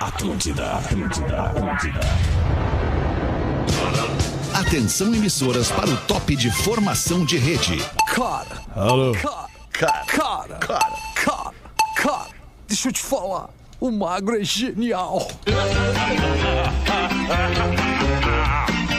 Atlântida, Atlântida, Atlântida. Atenção emissoras para o top de formação de rede. Cara, Alô? cara, Cara, cara, cara. cara, cara, deixa eu te falar. O magro é genial.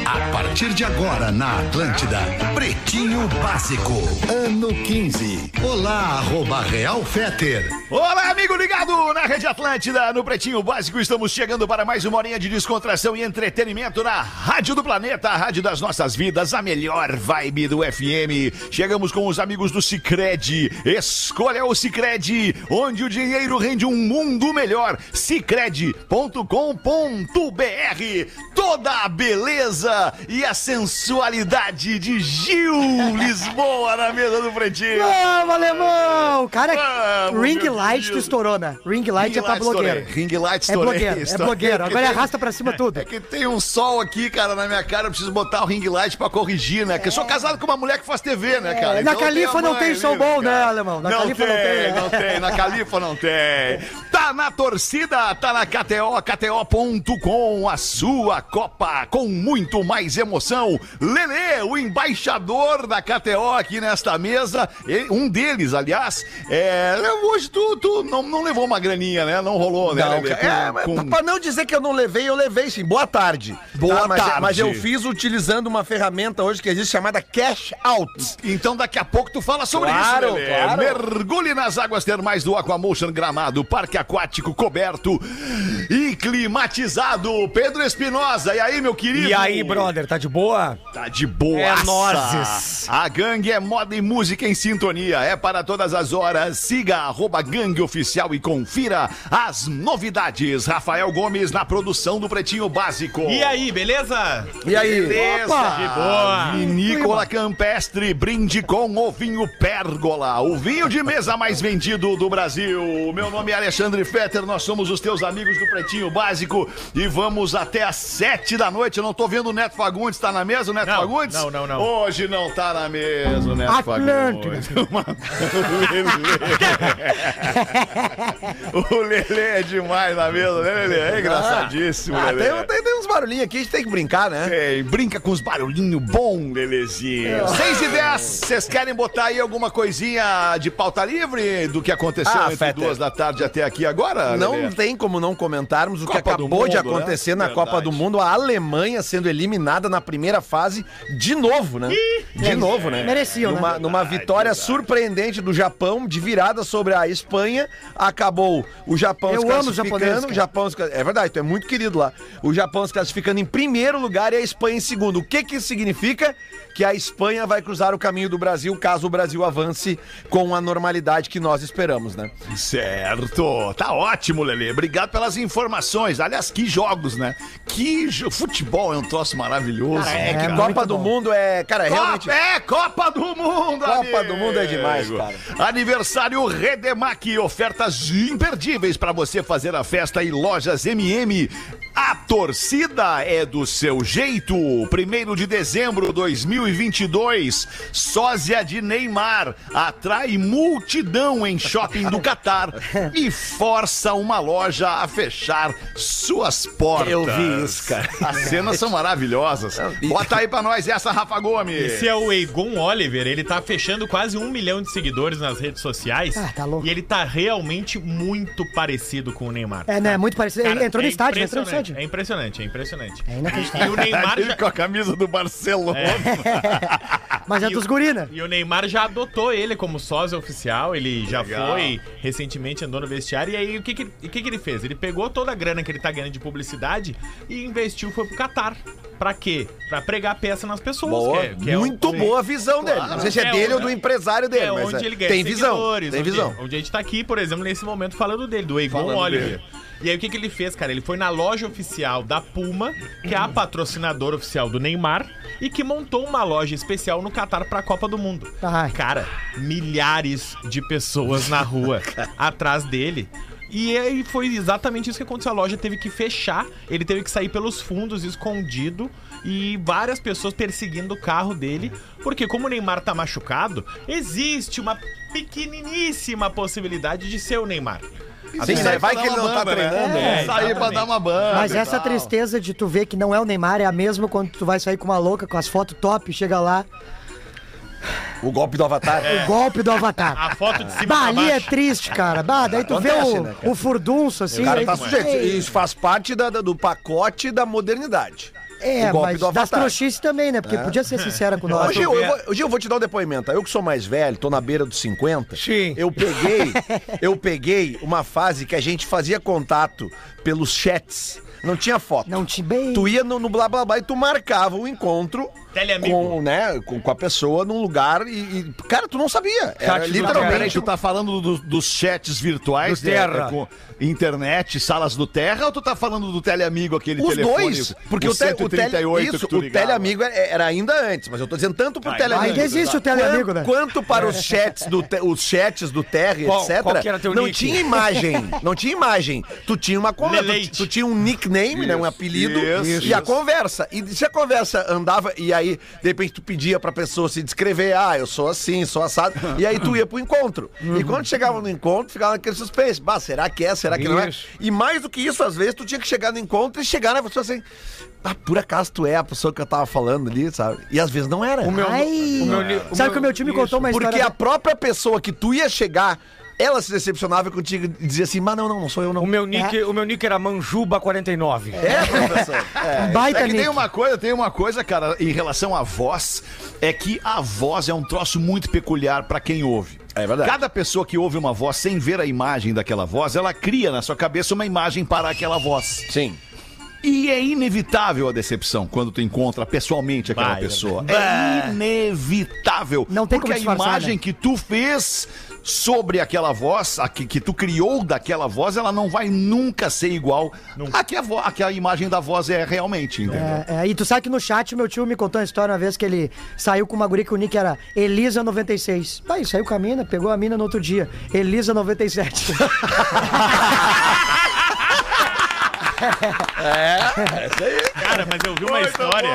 A partir de agora na Atlântida, Pretinho Básico, ano 15. Olá, arroba Real Feter. Olá, amigo ligado na Rede Atlântida, no Pretinho Básico. Estamos chegando para mais uma horinha de descontração e entretenimento na Rádio do Planeta, a Rádio das Nossas Vidas, a melhor vibe do FM. Chegamos com os amigos do Cicred. Escolha o Cicred, onde o dinheiro rende um mundo melhor. Cicred.com.br. Toda a beleza e a sensualidade de Gil Lisboa na mesa do Pretinho. Vamos, alemão! Cara, Vamos, ring meu light Deus. tu estourou, né? Ring light é pra blogueiro. Ring light É estourei. blogueiro, é Estourei. blogueiro. Agora tem- arrasta pra cima tudo. É que tem um sol aqui, cara, na minha cara. Eu preciso botar o ring light pra corrigir, né? Porque eu sou casado com uma mulher que faz TV, né, cara? É. na eu tenho Califa a não tem sol livre, bom, cara. né, alemão? Na não, Califa tem, não tem, né? não tem. Na Califa não tem. Tá na torcida, tá na KTO, KTO.com, a sua Copa com muito mais emoção. Lele, o embaixador da KTO aqui nesta mesa, e- um deles, aliás, é, hoje tu, tu não, não levou uma graninha, né? Não rolou, né, Não, Lelê? cara, é, mas Com- Pra não dizer que eu não levei, eu levei sim. Boa tarde. Tá, Boa mas, é- tarde. Mas eu fiz utilizando uma ferramenta hoje que existe chamada Cash Out. Então daqui a pouco tu fala sobre Claro, isso, Lelê. claro. Mergulhe nas águas termais do Aquamotion Gramado, parque aquático coberto e climatizado. Pedro Espinosa, e aí, meu querido? E aí, brother, tá de boa? Tá de boa. É nozes. A gangue é moda e música em sintonia. É para todas as horas. Siga arroba gangue oficial e confira as novidades. Rafael Gomes na produção do Pretinho Básico. E aí, beleza? E aí? Beleza! boa! Vinícola Campestre, brinde com o vinho Pérgola, o vinho de mesa mais vendido do Brasil. Meu nome é Alexandre Fetter, nós somos os teus amigos do Pretinho Básico e vamos até às sete da noite. Eu não tô vendo o Neto Fagundes, tá na mesa o Neto Não, Fagundes? não, não, não. Hoje não tá na mesa o Neto Atlântida. Fagundes. Uma- o Lelê. o Lelê é demais na mesa, né, Lelê? É engraçadíssimo, Ah, Lelê. tem, tem- tem uns barulhinhos aqui, a gente tem que brincar, né? É, brinca com os barulhinhos bom, É. belezinha. 6 e 10, vocês querem botar aí alguma coisinha de pauta livre do que aconteceu Ah, entre Fetter. duas da tarde até aqui agora? Não Lelê? tem como não comentarmos o que né? Copa do acabou de Mundo, né? acontecer na Verdade. Copa do Mundo, a Alemanha sendo eliminada na primeira fase de novo, né? De novo, né? Mereciam, né? numa, numa vitória surpreendente do Japão, de virada sobre a Espanha, acabou o Japão Eu se amo os classificando. japoneses, cara. o Japão se- é verdade, tu é muito querido lá. O Japão se classificando em primeiro lugar e a Espanha em segundo. O que que isso significa? Que a Espanha vai cruzar o caminho do Brasil caso o Brasil avance com a normalidade que nós esperamos, né? Certo, tá ótimo, Lelê. Obrigado pelas informações. Aliás, que jogos, né? Que jo... futebol é um troço maravilhoso. Cara, né, é cara? muito Copa do bom. Mundo é, cara, é realmente Copa, é Copa do Mundo, Copa do Mundo é demais, cara. Aniversário Redemac, ofertas imperdíveis para você fazer a festa em lojas MM. A torcida é do seu jeito. 1 de dezembro de 2022, sósia de Neymar atrai multidão em shopping do Catar e força uma loja a fechar suas portas. Eu vi isso, cara. As cenas são maravilhosas. Bota aí pra nós essa, Rafa Gomes. Esse é o Egon Oliver, ele tá fechando quase um milhão de seguidores nas redes sociais. Ah, tá louco. E ele tá realmente muito parecido com o Neymar. É, né? Muito parecido. Cara, Ele entrou é no estádio, né? entrou no impressionante, estádio. É impressionante, é impressionante. É E inacreditável. o Neymar Ele já, Tá com a camisa do Barcelona. Mas é e o- dos gurina. E o Neymar já adotou ele como sósia oficial, ele já Legal. foi, recentemente andou no vestiário. E aí, o que que, o que que ele fez? Ele pegou toda a grana que ele tá ganhando de publicidade e investiu, foi pro Catar. Pra quê? Pra pregar peça nas pessoas. Boa, que é- que é muito o- boa a visão dele. Não sei se é, É dele ou onde- do empresário dele, é mas onde é- ele ganha tem visão. seguidores, Tem onde- visão. Onde a gente tá aqui, por exemplo, nesse momento falando dele, do Egon Falando Oliver. dele. E aí o que, que ele fez, cara? Ele foi na loja oficial da Puma, que é a patrocinadora oficial do Neymar, e que montou uma loja especial no Catar pra Copa do Mundo. Ai. Ah, Cara, milhares de pessoas na rua atrás dele. E aí foi exatamente isso que aconteceu. A loja teve que fechar, ele teve que sair pelos fundos escondido e várias pessoas perseguindo o carro dele, porque como o Neymar tá machucado, existe uma pequeniníssima possibilidade de ser o Neymar. Sim, Até né? sair Vai pra que dar ele não uma tá banda, né? treinando, É, Sair pra exatamente. dar uma banda. Mas e essa é tal. tristeza de tu ver que não é o Neymar é a mesma quando tu vai sair com uma louca, com as fotos top, chega lá, É. O golpe do avatar. o golpe do avatar. A foto de cima Bah, pra ali é baixo. triste, cara. Bah, daí tu Acontece, vê o, né, cara? o furdunço, assim. O cara aí tá tu- sujeito. Ei, Isso faz parte da- da- do pacote da modernidade. É, O golpe mas do das avatar. É. trouxices também, né? Porque podia ser sincera com nós. Hoje eu, eu vou, hoje eu vou te dar um depoimento. Eu que sou mais velho, tô na beira dos 50. Sim. Eu peguei, eu peguei uma fase que a gente fazia contato pelos chats. Não tinha foto. Não te bem. Tu ia no, no blá blá blá e tu marcava o encontro Teleamigo. com, né, com, com a pessoa num lugar e, e, cara, tu não sabia. Chat Era do Peraí, literalmente tu tá falando do- dos chats virtuais, Do né, Terra. com internet, salas do Terra, ou tu tá falando do teleamigo, aquele Os telefone? dois, porque o, o te, o, tele, 138 isso, que tu o ligava. teleamigo era, era ainda antes, mas eu tô dizendo tanto pro teleamigo. Ainda existe o teleamigo, Quanto- né? Quanto para os chats do, te- os chats do Terra, Qual- etc. qual que era teu não nick? tinha imagem. Não tinha imagem. Tu tinha uma conversa. Tu, Leleite. tu tinha um nickname, né? Um Isso, apelido isso, e a isso. conversa. E se a conversa andava, e aí, de repente, tu pedia pra pessoa se descrever, ah, eu sou assim, sou assado. E aí tu ia pro encontro. E quando chegava no encontro, ficava naquele suspense. Bah, será que é? Será que não é? Isso. E mais do que isso, às vezes, tu tinha que chegar no encontro e chegar na pessoa assim. Ah, por acaso tu é a pessoa que eu tava falando ali, sabe? E às vezes não era. O meu, Ai. o meu ni- o Sabe meu- que o meu time isso. contou uma história. Porque a própria pessoa que tu ia chegar, ela se decepcionava contigo e dizia assim: mas não, não, não sou eu, não. O meu nick, o meu nick era Manjuba49. É, professor. É. Baita É que tem nick. uma coisa, tem uma coisa, cara, em relação à voz, é que a voz é um troço muito peculiar pra quem ouve. É verdade. Cada pessoa que ouve uma voz sem ver a imagem daquela voz, ela cria na sua cabeça uma imagem para aquela voz. Sim. E é inevitável a decepção quando tu encontra pessoalmente aquela Vai, pessoa. É inevitável. Não tem porque como disfarçar, a imagem né? que tu fez sobre aquela voz, a que, que tu criou daquela voz, ela não vai nunca ser igual à que a, vo- à que a imagem da voz é realmente, entendeu? É, é, e tu sabe que no chat meu tio me contou uma história uma vez que ele saiu com uma guria que o nick era Elisa96. Pai, saiu com a mina, pegou a mina no outro dia. Elisa97. Cara, mas eu vi uma história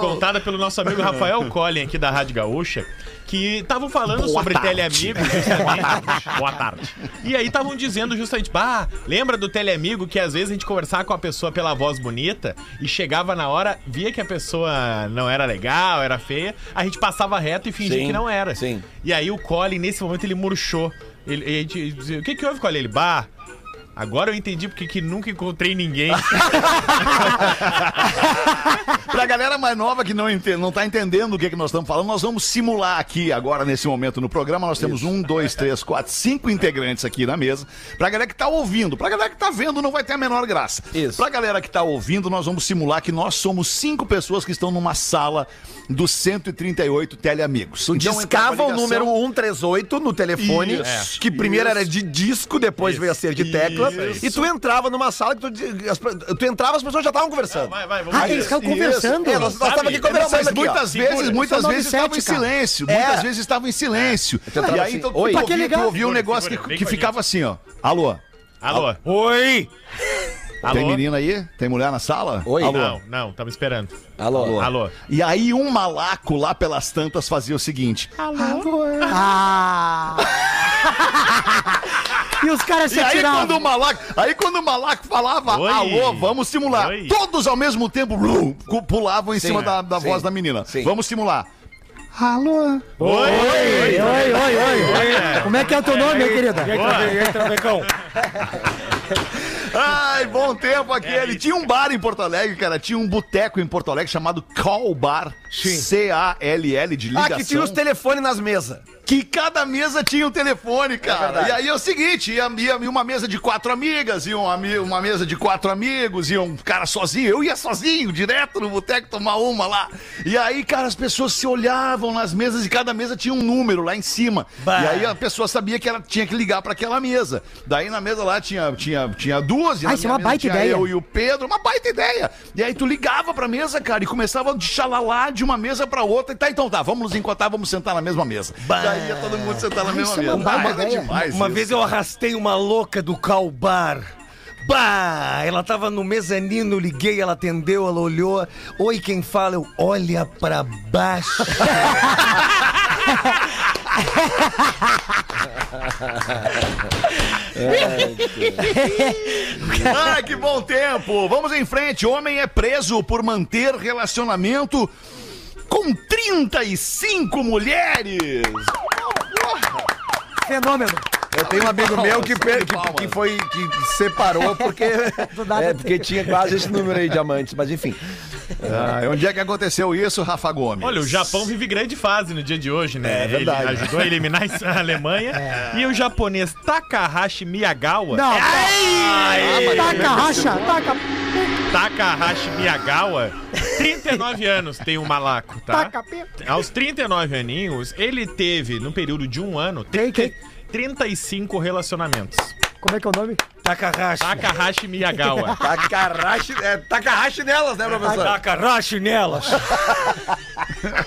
contada pelo nosso amigo Rafael Collin aqui da Rádio Gaúcha, que estavam falando sobre teleamigo, justamente. Boa tarde. E aí estavam dizendo justamente, bah, lembra do teleamigo que às vezes a gente conversava com a pessoa pela voz bonita e chegava na hora, via que a pessoa não era legal, era feia, a gente passava reto e fingia Sim, que não era. sim. E aí o Collin, nesse momento, ele murchou. Ele, ele dizia, o que que houve, Collin? Ele, bah... Agora eu entendi porque que nunca encontrei ninguém. Pra galera mais nova que não, entende, não tá entendendo o que, é que nós estamos falando, nós vamos simular aqui agora, nesse momento, no programa. Nós temos um, dois, três, quatro, cinco integrantes aqui na mesa. Pra galera que tá ouvindo, pra galera que tá vendo, não vai ter a menor graça. Isso. Pra galera que tá ouvindo, nós vamos simular que nós somos cinco pessoas que estão numa sala dos 138 teleamigos. Então, Discava entrava a o ligação- número 138 no telefone, Isso, que primeiro era de disco, depois Isso, veio a ser de tecla. E tu entrava numa sala que tu, diz- as pe- tu entrava as pessoas já estavam conversando. Vai, vai, vamos ah, ver. eles ficavam conversando. É, nós Sabe? estávamos aqui Não, conversando Mas aqui, ó. muitas Segura. vezes, muitas São vezes estava em 97, cara. silêncio. É. Muitas vezes estava em silêncio. tentava E aí, assim, então, oi. tu Tá que ouvia, tu legal. ouvia um Segura, negócio segura, que, vem que com a ficava assim, ó. Alô? Alô? Oi! Tem Alô? menina aí? Tem mulher na sala? Oi. Alô? Não, não, tamo esperando. Alô. Alô. Alô. E aí um malaco lá pelas tantas fazia o seguinte. Ah! e os caras se E aí quando um- atiravam. o malaco, aí quando o malaco falava, Oi. alô, vamos simular. Oi. Todos ao mesmo tempo blum, cu- pulavam em cima é. da, da Sim. voz da menina. Sim. Vamos simular. Alô? Oi! Oi, oi, oi, oi. Como é que é o teu nome, minha querida? Entra, entra, Becão. Ai, bom tempo É aquele. Tinha um bar em Porto Alegre, cara. Tinha um boteco em Porto Alegre chamado Call Bar. C-A-L-L de Ah, ligação. que tinha os telefones nas mesas. que cada mesa tinha um telefone, cara. e aí é o seguinte, ia, ia uma mesa de quatro amigas, ia uma, ami- uma mesa de quatro amigos, ia um cara sozinho. Eu ia sozinho, direto no boteco tomar uma lá. E aí, cara, as pessoas se olhavam nas mesas e cada mesa tinha um número lá em cima. E aí a pessoa sabia que ela tinha que ligar pra aquela mesa. Daí na mesa lá tinha, tinha, tinha duas. e Ah, na isso é minha uma mesa baita tinha ideia. Eu e o Pedro, uma baita ideia. E aí tu ligava pra mesa, cara, e começava de xalalá de uma mesa pra outra. E tá, então tá, vamos nos encontrar, vamos sentar na mesma mesa. Daí ia todo mundo sentar na mesma isso é mesa. uma baita mas é ideia. demais Uma isso. vez eu arrastei uma louca do Calbar. Bah! Ela tava no mezanino, liguei, ela atendeu, ela olhou. Oi, quem fala? Eu, olha pra baixo. Ah, que bom tempo! Vamos em frente. Homem é preso por manter relacionamento com 35 mulheres. Fenômeno. Eu tenho um amigo palmas, meu que, per- que, palmas. que foi que separou porque Do nada é, porque tinha quase esse número aí de amantes, mas enfim. Ah, onde é que aconteceu isso, Rafa Gomes? Olha, o Japão vive grande fase no dia de hoje, né? É verdade. Ele ajudou a eliminar a Alemanha. E o japonês Takahashi Miyagawa. É. Não, Ai! taca, racha, taca, Takahashi Miyagawa, 39 anos tem o malaco, tá? taca, pi- Aos 39 aninhos, ele teve, no período de um ano, Quem, quem? 35 relacionamentos. Como é que é o nome? Takarashi. Takahashi Miyagawa. Takarashi, é, Takarashi nelas, né, professor? Takarashi nelas.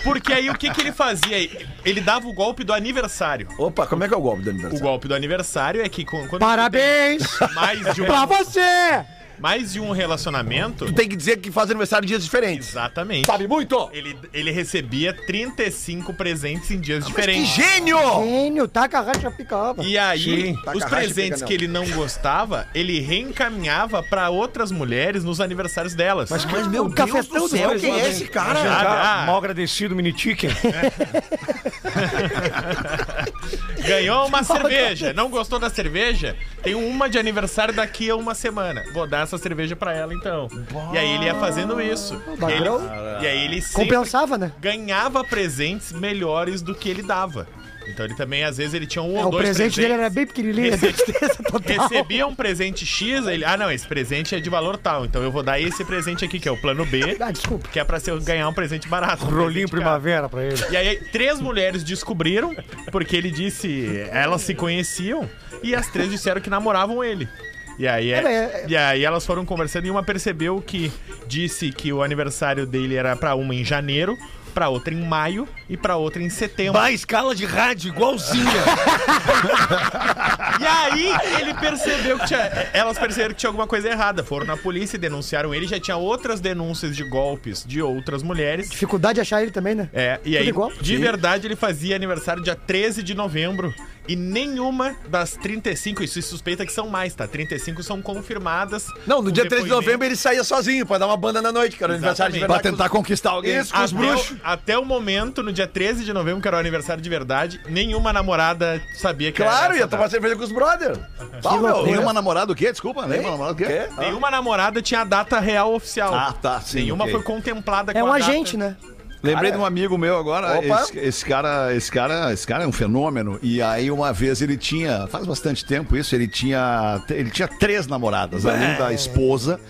Porque aí o que, que ele fazia? Ele dava o golpe do aniversário. Opa, como é que é o golpe do O aniversário? golpe do aniversário é que quan- quando Parabéns você tem mais de um, pra você! mais de um relacionamento, Tem que dizer que faz aniversário em dias diferentes. exatamente, Sabe muito? ele, ele recebia 35 presentes em dias Que diferentes. gênio! Gênio, taca, racha, pica, E aí, Sim, tá com os a racha, presentes fica que ele não gostava, ele reencaminhava pra outras mulheres nos aniversários delas. Mas Mas meu o cafetão do céu, Quem é esse cara? Ah, Mal agradecido, mini chicken. ganhou uma cerveja, não gostou da cerveja? Tem uma de aniversário daqui a uma semana. Vou dar essa cerveja pra ela então. E aí ele ia fazendo isso. E aí ele, e aí ele sempre Compensava, né? ganhava presentes melhores do que ele dava. Então ele também, às vezes, ele tinha um É, ou o dois presente dele presentes. era bem pequenininho, é Recebi- tristeza total. Recebia um presente X, ele. Ah, não, esse presente é de valor tal. Então eu vou dar esse presente aqui, que é o plano B, Ah, desculpa. que é pra ser, ganhar um presente barato. um Rolinho presente caro. primavera pra ele. E aí, três mulheres descobriram, porque ele disse. Elas se conheciam, e as três disseram que namoravam ele. E aí, é- É, mas é- e aí elas foram conversando e uma percebeu que disse que o aniversário dele era pra uma em janeiro, pra outra em maio e pra outra em setembro. Bah, escala de rádio igualzinha. E aí ele percebeu que tinha. Elas perceberam que tinha alguma coisa errada. Foram na polícia e denunciaram ele. Já tinha outras denúncias de golpes de outras mulheres. Dificuldade de achar ele também, né? É, e aí, igual. de verdade, ele fazia aniversário dia 13 de novembro. E nenhuma das 35, isso se suspeita que são mais, tá? 35 são confirmadas. Não, no com dia 13 de Um depoimento. novembro ele saía sozinho pra dar uma banda na noite, que era o aniversário de Exatamente. verdade. Pra tentar conquistar alguém. Isso, com os Até, bruxos. o- até o momento, no dia 13 de novembro, que era o aniversário de verdade, nenhuma namorada sabia que Claro, era. ia essa tomar data. cerveja com os brother. Ah, meu, Nenhuma namorada o quê? Desculpa, nenhuma namorada o quê? Quê? Ah. Nenhuma namorada tinha a data real oficial. Ah, tá, sim, Nenhuma ok. foi contemplada É um a data. agente, né? Lembrei Cara, de um amigo meu agora. Opa. Esse, esse cara, esse cara, esse cara é um fenômeno. E aí uma vez ele tinha, faz bastante tempo isso, ele tinha, ele tinha três namoradas, além da esposa.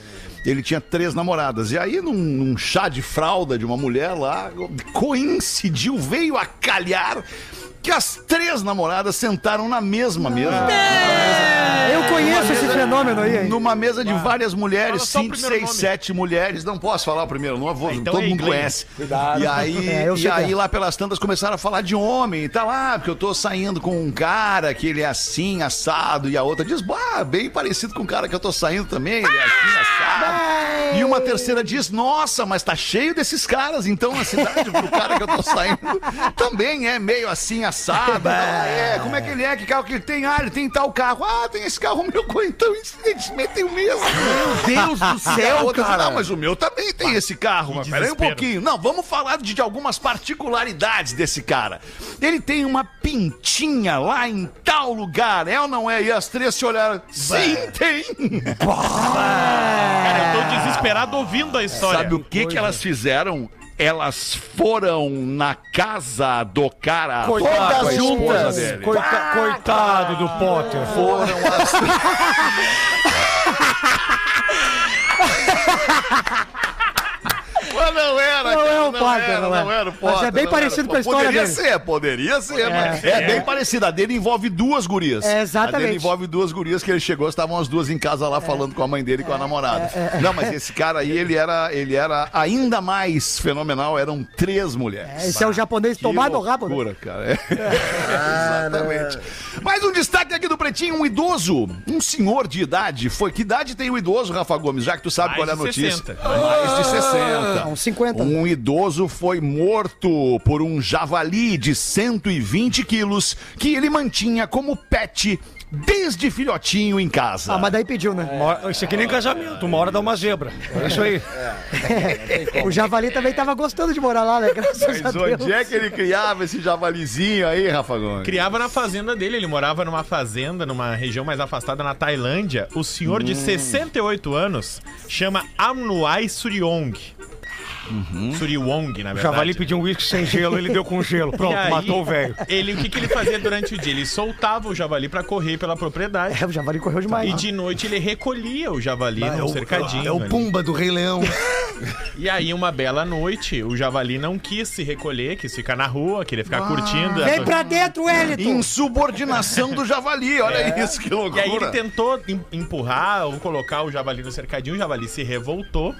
Ele tinha três namoradas. E aí, num, num chá de fralda de uma mulher lá, coincidiu, veio a calhar que as três namoradas sentaram na mesma mesa. Eu conheço esse fenômeno aí, hein? Numa mesa de várias mulheres, Fala só o 5, primeiro 6, nome. 7 mulheres. Não posso falar o primeiro nome, vou, então todo é mundo inglês. conhece. E aí, É, eu sei e que aí é. lá pelas tantas começaram a falar de homem e tal. Ah, porque eu tô saindo com um cara que ele é assim, assado. E a outra diz, bah, bem parecido com o cara que eu tô saindo também, ele é assim, assado. E uma terceira diz, nossa, mas tá cheio desses caras. Então na cidade, pro cara que eu tô saindo, também é meio assim, assado. Então, é, como é que ele é? Que carro que ele tem? Ah, ele tem tal carro. Ah, tem esse carro, o meu co- Então eles tem o mesmo. Deus do A céu, outra, cara. Não, mas o meu também tem esse carro. Mas peraí um desespero. pouquinho. Não, vamos falar de, de algumas particularidades desse cara. Ele tem uma pintinha lá em tal lugar, é ou não é? E as três se olharam. Sim, tem! Cara, eu tô desesperado ouvindo a história. Sabe o que, que elas fizeram? Elas foram na casa do cara. com a Todas esposa juntas. dele. Coita- coitado do Potter. Foram as Mas não era, Não cara, é o Potter, era, não é. não era o Mas Potter, é bem não parecido era. com a história poderia dele. Ser, poderia ser, mas é, bem parecida. A dele envolve duas gurias. É, exatamente. É. A dele envolve duas gurias que ele chegou, estavam as duas em casa lá falando com a mãe dele e com a namorada. Não, mas esse cara aí, ele era, ele era ainda mais fenomenal, eram três mulheres. Esse é o japonês Que tomado rabo. né? É. loucura, cara. É. Exatamente. Mais um destaque aqui do Pretinho, um idoso, um senhor de idade. Foi que idade tem o idoso, Rafa Gomes, já que tu sabe qual Mais é a de notícia? 60. Mais de 60. Ah, uns 50. Um idoso foi morto por um javali de 120 quilos que ele mantinha como pet desde filhotinho em casa. Ah, mas daí pediu, né? Uma- Isso aqui nem casamento, uma hora dá uma zebra. É isso aí. É. O Javali também tava gostando de morar lá, né? Graças a Mas Deus. onde é que ele criava esse javalizinho aí, Rafa Gomes? Criava na fazenda dele, ele morava numa fazenda, numa região mais afastada, na Tailândia. O senhor Hum. de 68 anos chama Amnuai Suryong. Uhum. Suryong, na verdade. Javali pediu um uísque sem gelo, ele deu com gelo. Pronto, E aí, matou o velho. Ele, o que, que ele fazia durante o dia? Ele soltava o javali pra correr pela propriedade. É, o Javali correu demais. E de noite ele recolhia o javali É num o, cercadinho. é o ali. Pumba do Rei Leão. E aí, uma bela noite, o javali não quis se recolher, quis ficar na rua, queria ficar curtindo. Ah. Vem pra dentro, Wellington! Insubordinação do javali, olha isso, que E aí ele loucura. tentou em- empurrar ou colocar o javali no cercadinho, o javali se revoltou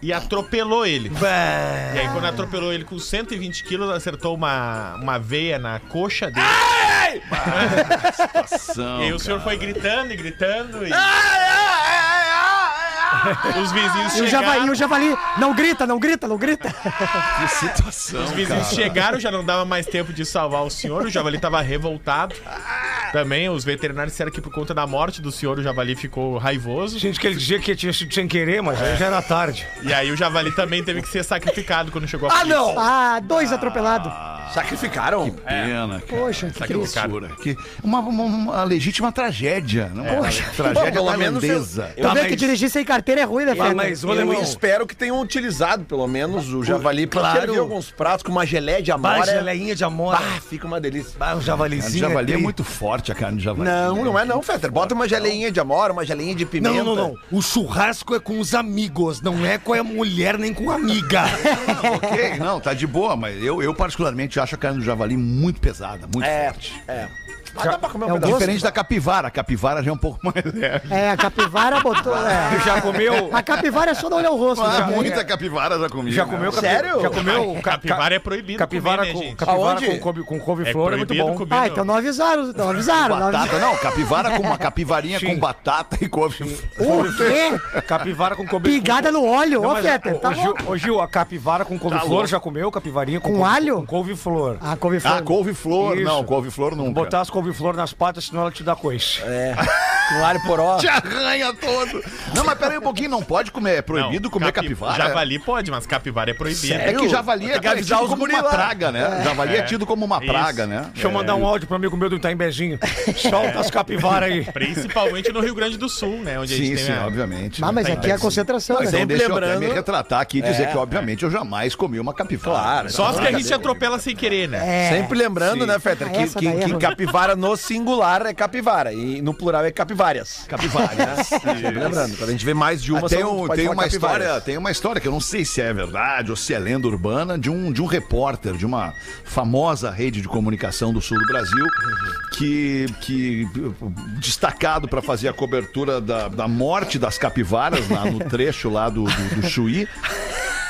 e atropelou ele. E aí quando atropelou ele com 120 quilos, acertou uma, uma veia na coxa dele. e aí o senhor foi gritando e gritando e os vizinhos E o Javali, chegaram. o Javali, não grita, não grita, não grita. Que situação, Os vizinhos chegaram, já não dava mais tempo de salvar o senhor, o javali tava revoltado. Também os veterinários disseram que por conta da morte do senhor, o javali ficou raivoso. Gente, que ele dizia que tinha sido sem querer, mas aí já era tarde. E aí o javali também teve que ser sacrificado quando chegou a Ah, não! Ah, dois atropelados. Sacrificaram? Pena, cara. Poxa, que Que triste. loucura. um Que uma, uma- uma legítima tragédia. Não uma Bom, tragédia tá pelo menos tailandesa. Tu vê que dirigir sem carteira é ruim, né, Ah, Fernando? mas olha, um- eu espero que tenham utilizado, pelo menos, o javali. pra Claro. servir alguns pratos com uma geleia de Bah, amora. geleinha de amora. Bah, fica uma delícia. Bah, um A Ah, javalizinho. javali é tem- muito forte, a carne de javali. né? Não, não é não, Fetter. Bota uma geleinha de amora, uma geleinha de Não, não, pimenta. não, não. O churrasco é com os amigos, não é com a mulher nem com a amiga. Ok, não, tá de boa, mas eu, eu particularmente acho a carne do javali muito pesada, muito É, forte. é. Mas dá pra comer um É o pedaço. Diferente da capivara, a capivara já é um pouco mais leve. É, a capivara botou. é. Já um- comeu? A capivara é só não olhar o rosto. né? Ah, cara. muita capivara já comi. Já comeu né? capi- Sério? Já comeu ca- Capivara é proibido comer, capivara né, com, gente? capivara Aonde? com, couve- com É couve-flor é, muito proibido bom. comer. Ah, não. então não avisaram, não avisaram. Não avisaram. Batata, não, capivara com uma capivarinha com batata e couve. O quê? Capivara com couve Pingada no óleo, Não, ó, mas, Peter. ô, Tá ô, Gil, bom. ô, Gil, a capivara com couve-flor louco. já comeu? Capivarinha com, Com couve- alho? Com couve-flor. Ah, couve Ah, flor. couve-flor. Isso. Não, couve-flor nunca. Botar as couve-flor nas patas, senão ela te dá coice. Com alho poró. Te arranha todo. Não, mas peraí um pouquinho, não pode comer, é proibido comer capi- capivara. Javali pode, mas capivara é proibido. É que javali é, Tem que avisar tido os como guri uma lá. praga, né? Javali é tido como uma Isso. praga, né? Deixa eu mandar um áudio pro amigo meu do Itaimbezinho. Solta as capivaras aí. Principalmente no Rio Grande do Sul, né? Onde a Sim, gente sim, tem a... obviamente. Ah, né? mas aqui é a concentração, né? Então Sempre deixa eu até lembrando- me retratar aqui e dizer É. que, obviamente, eu jamais comi uma capivara. Claro. Só as que a gente é atropela sem querer, né? É. é. Sempre lembrando, né, Fetter, Ah, que, essa que- daí é que ruim. capivara no singular é capivara e no plural é capivárias. Capivaras. Sempre lembrando, quando a gente vê mais de uma, Ah, tem, são- um- pode tem falar uma capivárias. história, tem uma história que eu não sei se é verdade ou se é lenda urbana de um, de um repórter de uma famosa rede de comunicação do sul do Brasil que, que destacado para fazer a cobertura da, da morte das capivaras na- no trecho lá do, do, do Chuí.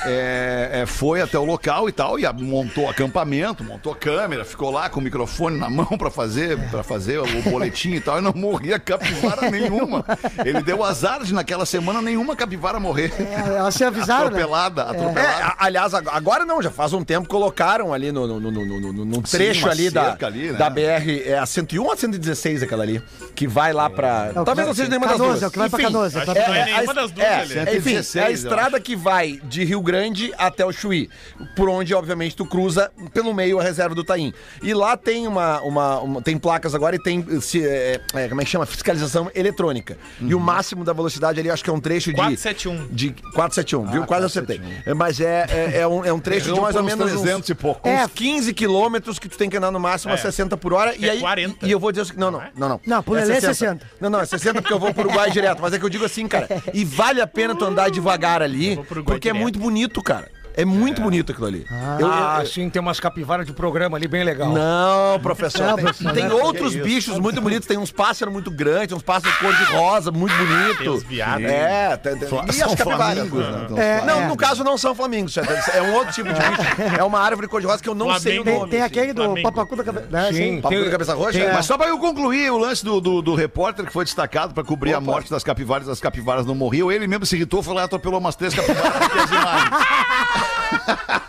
é, é, foi até o local e tal, e a- montou acampamento, montou câmera, ficou lá com o microfone na mão pra fazer, para fazer o boletim e tal, e não morria capivara nenhuma. Ele deu azar de naquela semana nenhuma capivara morrer. é, Elas se avisaram, né? atropelada, É, atropelada. a- aliás, ag- agora não, já faz um tempo colocaram ali no, no, no, no- no- no- num Sim, um trecho uma ali, da, cerca ali, né? da BR, é a 101 ou a 116 aquela ali, que vai lá pra... É o que Talvez vai- não seja nenhuma das Canoas, duas. é o que vai pra Enfim, Canoas, é o que vai pra Canoas. Não é nenhuma das duas é, ali. enfim, 116, é eu a estrada que vai de Rio Grande até o Chuí, por onde, obviamente, tu cruza pelo meio a reserva do Taim. E lá tem uma... uma, uma- tem placas agora e tem, eh, se, eh, eh, como é que chama? Fiscalização eletrônica. E o máximo da velocidade ali, acho que é um trecho de... 471. De 471, viu? Quase acertei. É, Mas é, é, é um, é um trecho de Errou mais ou por uns menos uns, 300 e pouco. uns É. 15 quilômetros que tu tem que andar no máximo a É. 60 por hora. E É aí, 40. E eu vou dizer o seguinte: não, não, não, não. Não, pro Lelê é 60. Não, não, é 60 porque eu vou pro Uruguai direto. Mas é que eu digo assim, cara, e vale a pena tu andar devagar ali, vou pro Uruguai porque é direto. muito bonito, cara. É muito bonito aquilo ali. Eu- eu- Ah, sim, tem umas capivaras de programa ali bem legal. não, professor. Não, tem- professor, tem né? outros bichos muito bonitos. Tem uns pássaros muito grandes, uns pássaros cor de rosa, muito bonito. Tem os viados. É, tem, tem, e as capivaras. né? então. É, Não, é. no caso não são flamingos, é um outro tipo de bicho. É uma árvore cor-de-rosa que eu não sei o Flamengo. Tem, nome. tem sim, aquele do Flamengo. papacu da cabeça. Né, Sim. sim. Papo tem- de cabeça roxa? tem- Mas Mas só pra eu concluir o lance do, do, do repórter que foi destacado pra cobrir a morte das capivaras, as capivaras não morriam, ele é mesmo se irritou, foi lá e atropelou umas três capivaras. Ah,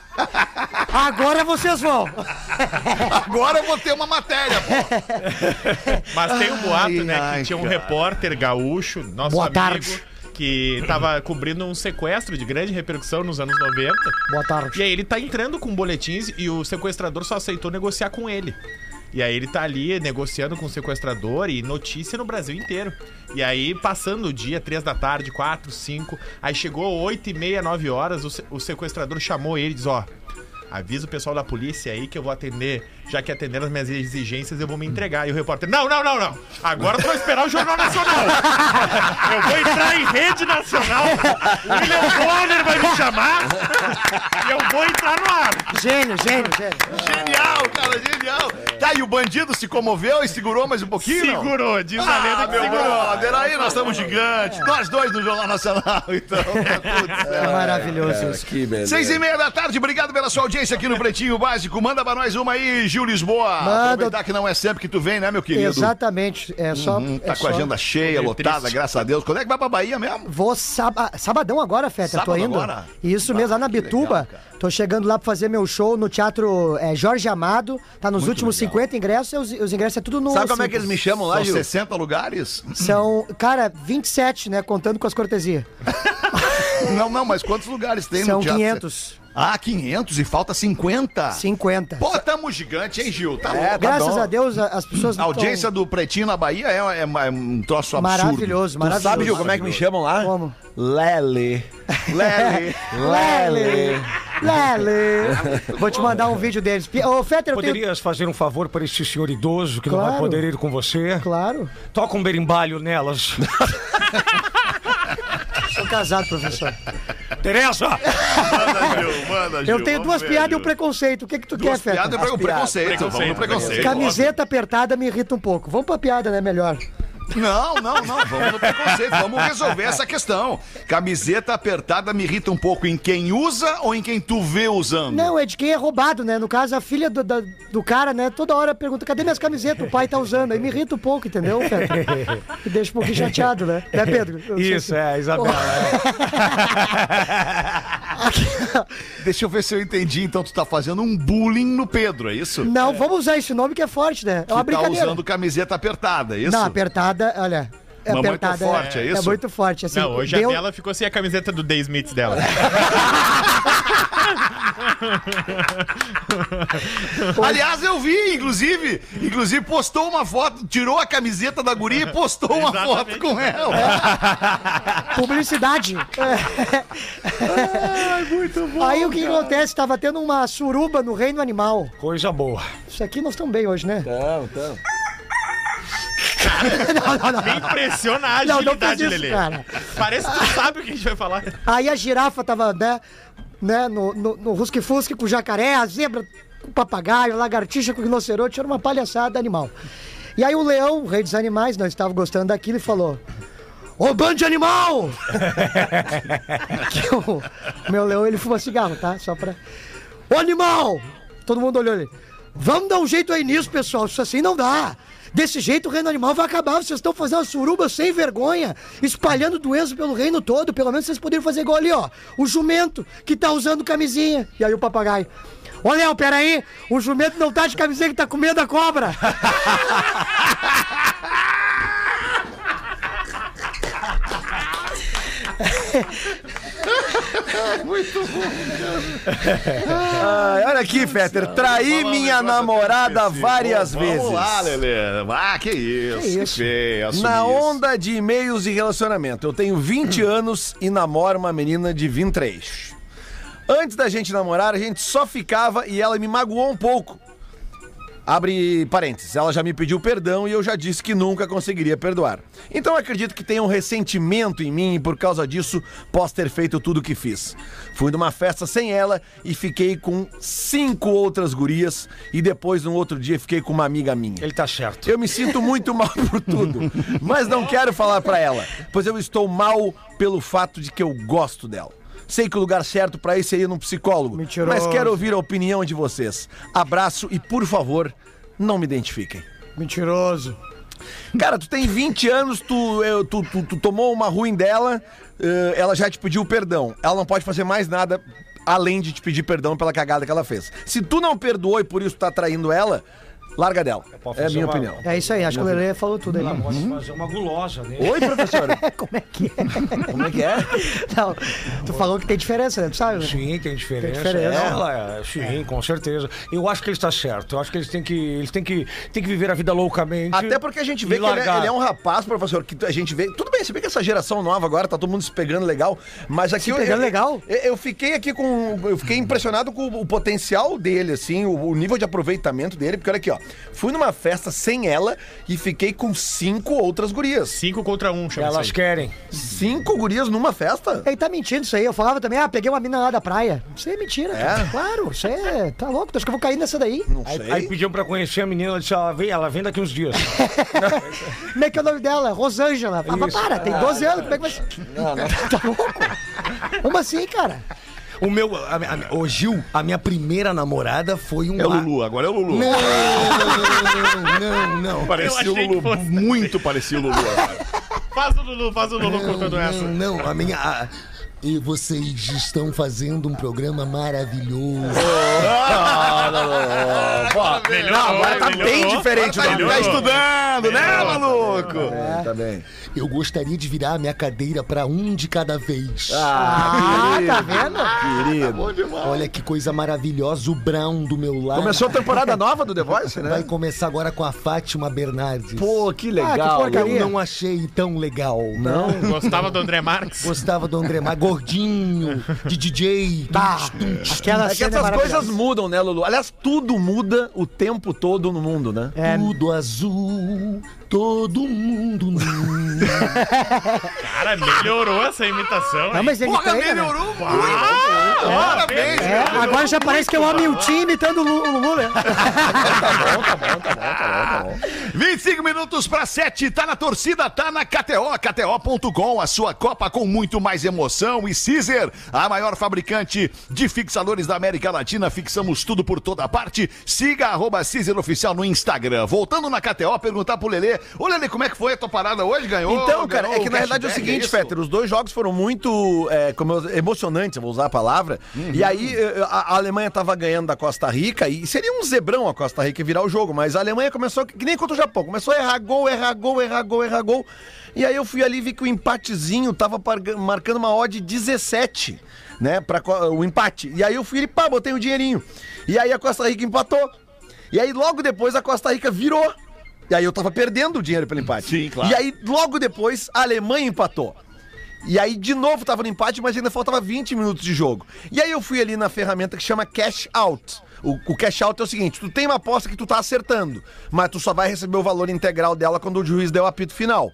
Agora vocês vão. Agora eu vou ter uma matéria, pô. Mas tem um boato, Ai, né, ai, que tinha um cara. repórter gaúcho, nosso Boa amigo, tarde. que tava cobrindo um sequestro de grande repercussão nos anos 90. Boa tarde. E aí ele tá entrando com boletins e o sequestrador só aceitou negociar com ele. E aí ele tá ali negociando com o sequestrador e notícia no Brasil inteiro. E aí, passando o dia, três da tarde, quatro, cinco, aí chegou oito e meia, nove horas, o, se- o sequestrador chamou ele e diz, ó, avisa o pessoal da polícia aí que eu vou atender, já que atenderam as minhas exigências, eu vou me entregar. E o repórter, não, não, não, não, agora tu vai esperar o Jornal Nacional. Eu vou entrar em rede nacional, o William Bonner vai me chamar e eu vou entrar no ar. Gênio, gênio, gênio. Genial, cara, genial. É. Tá, e o bandido se comoveu e segurou mais um pouquinho? não? Segurou, diz a Ah, lenda que meu segurou. É. brother, aí nós estamos gigantes. Nós dois no Jornal Nacional, então. Tá tudo certo. É maravilhoso. Que beleza. Seis e meia da tarde, obrigado pela sua audiência aqui no Pretinho Básico. Manda pra nós uma aí, Gil Lisboa. Manda. Aproveitar que não é sempre que tu vem, né, meu querido? Exatamente. É só. Hum, é tá com só- a agenda cheia, Meio lotada, triste. graças a Deus. Quando é que vai pra Bahia mesmo? Vou saba- sabadão agora, Feta. tô Sábado indo. agora? Isso mesmo, lá na Ah, que legal, Bituba. cara. tô chegando lá pra fazer meu show no Teatro é, Jorge Amado. Tá nos últimos 50 ingressos. e Os, os ingressos é tudo no. Sabe como é Simples. que eles me chamam lá, São Gil? 60 lugares? São, cara, 27, né? Contando com as cortesias. Não, não, mas quantos lugares tem São no teatro? 500. Ah, 500 e falta 50. 50. Pô, tamo gigante, hein, Gil? Tá É, louco. Graças a Deus, a- as pessoas. A Então- audiência do Pretinho na Bahia é, é- é um troço tão... absurdo. Maravilhoso, Tu maravilhoso. sabe, Gil, como é que me chamam lá? Como? Lele. Lele. Lele! Lele! Vou te mandar um vídeo deles. Pi- Ô, Fetter, eu tenho. Poderias fazer um favor para este senhor idoso que não vai Claro. poder ir com você? Claro. Toca um berimbalho nelas. Sou casado, professor. Tereza! Manda, Gil, manda, Gil. Eu tenho duas piadas e um preconceito. O que que tu Duas quer, piadas e Feta? pre- um preconceito. Vamos no preconceito. Camiseta apertada me irrita um pouco. Vamos pra piada, né? Melhor. Não, não, não. Vamos no preconceito. Vamos resolver essa questão. Camiseta apertada me irrita um pouco em quem usa ou em quem tu vê usando? Não, é de quem é roubado, né? No caso, a filha do, da- do cara, né? Toda hora pergunta, cadê minhas camisetas? O pai tá usando. Aí me irrita um pouco, entendeu, Feta? Me deixa um pouquinho chateado, né? Né, Pedro? Eu sei Isso, que- é, Isabela. Oh. Deixa eu ver se eu entendi. Então tu tá fazendo um bullying no Pedro, é isso? Não, vamos usar esse nome que é forte, né? É uma que tá brincadeira. usando camiseta apertada, é isso? Não, apertada, olha. É Mas muito apertada. forte, é isso? é É muito forte. Assim, Não, hoje deu- a dela ficou sem a camiseta do The Smiths dela. Aliás, eu vi, inclusive, inclusive postou uma foto, tirou a camiseta da guria e postou uma foto com ela. Publicidade. muito bom. É. Aí o que acontece? Tava tendo uma suruba no reino animal. Coisa boa. Isso aqui nós estamos bem hoje, né? Então, então. Me impressiona a Tá. Não, não agilidade, faz isso, Lelê. cara. Parece que tu sabe o que a gente vai falar. Aí a girafa tava, né? né no, no, no rusque-fusque com o jacaré, a zebra com o papagaio, a lagartixa com o rinoceronte. Era uma palhaçada animal. E aí o leão, o rei dos animais, não estava gostando daquilo e falou... Ô, bando de animal! que o o meu leão, ele fuma cigarro, tá? Só pra... Ô, animal! Todo mundo olhou ali. Vamos dar um jeito aí nisso, pessoal. Isso assim não dá. Desse jeito o reino animal vai acabar. Vocês estão fazendo uma suruba sem vergonha, espalhando doença pelo reino todo. Pelo menos vocês poderiam fazer igual ali, ó. O jumento que tá usando camisinha. E aí o papagaio. Ô, Léo, peraí. O jumento não tá de camisinha que tá com medo da cobra. Ai, olha aqui, Fetter. Traí minha namorada várias vezes. Vamos lá, Lelê. Ah, que isso. Que, isso. feio, assumir Na isso. onda de e-mails e relacionamento, eu tenho 20 anos e namoro uma menina de 23. Antes da gente namorar, a gente só ficava e ela me magoou um pouco. Abre parênteses, ela já me pediu perdão e eu já disse que nunca conseguiria perdoar. Então eu acredito que tenha um ressentimento em mim e por causa disso posso ter feito tudo o que fiz. Fui numa festa sem ela e fiquei com cinco outras gurias e depois num outro dia fiquei com uma amiga minha. Ele tá certo. Eu me sinto muito mal por tudo, mas não quero falar pra ela, pois eu estou mal pelo fato de que eu gosto dela. Sei que o lugar certo pra isso é ir num psicólogo, Mentiroso. mas quero ouvir a opinião de vocês. Abraço e, por favor, não me identifiquem. Mentiroso. Cara, tu tem 20 anos, tu, eu- tu, tu- tu tomou uma ruim dela, eh, ela já te pediu perdão. Ela não pode fazer mais nada além de te pedir perdão pela cagada que ela fez. Se tu não perdoou e por isso tá traindo ela, larga dela. É a minha opinião. É isso aí, acho que o Lelê falou tudo aí. Uhum. Pode fazer uma gulosa, né? Oi, professor. Como é que é? Como é que é? Não, tu falou que tem diferença, né? Tu sabe? Uhum. né? Sim, tem diferença. Tem diferença. Ela, é, sim, com certeza. Eu acho que ele está certo. Eu acho que eles têm que, eles têm que, têm que viver a vida loucamente. Até porque a gente vê E que ele é, largar. ele é um rapaz, professor, que a gente vê. Tudo bem, se bem que essa geração nova agora tá todo mundo se pegando legal, mas aqui. Se pegando legal? Eu, eu fiquei aqui com. Eu fiquei impressionado com o potencial dele, assim, o, o nível de aproveitamento dele, porque olha aqui, ó. Fui numa festa sem ela e fiquei com cinco outras gurias. Cinco contra um, chama Elas isso aí. querem. Cinco gurias numa festa? Ele tá mentindo isso aí. Eu falava também, ah, peguei uma mina lá da praia. Isso aí é mentira, cara. Claro, isso aí é. Tá louco? Tu acha que eu vou cair nessa daí? Não Aí, sei. aí pediam pra conhecer a menina, ela disse, ela vem, ela vem daqui uns dias. Como é que é o nome dela? Rosângela. Ah, mas Isso. para, tem 12 anos, como é que vai. Tá louco? Como assim, cara? O meu. A, a, o Gil, a minha primeira namorada foi um. É o a- Lulu, agora é o Lulu. Não, não, não, não. Parecia o Lulu, muito parecia o Lulu agora. Faz o Lulu, faz o Lulu contando essa. Não, não, a minha. a- E vocês estão fazendo um programa maravilhoso. Ah, Melhorou, agora tá melhorou. bem diferente Agora do Tá melhorou. estudando, né, maluco? Tá bem. Eu gostaria de virar a minha cadeira pra um de cada vez. Ah, tá vendo? Olha que coisa maravilhosa, o Brown do meu lado. Começou a temporada nova do The Voice, né? Vai começar agora com a Fátima Bernardes. Pô, que legal. Ah, que porcaria. eu não achei tão legal. Não? Gostava do André Marques? Gostava do André Mar, gordinho, de DJ. Bah, aquela É cena é que essas coisas maravilhosa. mudam, né, Lulu? Aliás, tudo muda o tempo todo no mundo, né? É. Tudo azul, todo mundo nu. Cara, melhorou essa imitação. Não, hein? mas ele treina, né? Parabéns, É, agora já parece que é o Hamilton imitando o Lu- o Lulu, né? tá 25 minutos para 7, tá na torcida, tá na KTO, KTO.com, a sua Copa com muito mais emoção e Caesar, a maior fabricante de fixadores da América Latina, fixamos tudo por toda parte, siga arroba Caesar Oficial no Instagram. Voltando na KTO, perguntar pro Lelê, ô Lelê, como é que foi a tua parada hoje, ganhou? Então, cara, é ganhou que na verdade é o cashback, seguinte, isso? Fetter, os dois jogos foram muito é, como eu- emocionantes, eu vou usar a palavra. Uhum. E aí eh, a, a Alemanha tava ganhando da Costa Rica e seria um zebrão a Costa Rica virar o jogo, mas a Alemanha começou, que que nem contra o Japão, começou a errar gol, errar gol, errar gol, errar gol. E aí eu fui ali e vi que o empatezinho tava parga- marcando uma odd 17, né, para o empate. E aí eu fui e pá, botei um dinheirinho. E aí a Costa Rica empatou. E aí logo depois a Costa Rica virou. E aí eu tava perdendo o dinheiro pelo empate. Sim, claro. E aí, logo depois, a Alemanha empatou. E aí, de novo, tava no empate, mas ainda faltava 20 minutos de jogo. E aí eu fui ali na ferramenta que chama Cash Out. O, o cash out é o seguinte: tu tem uma aposta que tu tá acertando, mas tu só vai receber o valor integral dela quando o juiz der o apito final.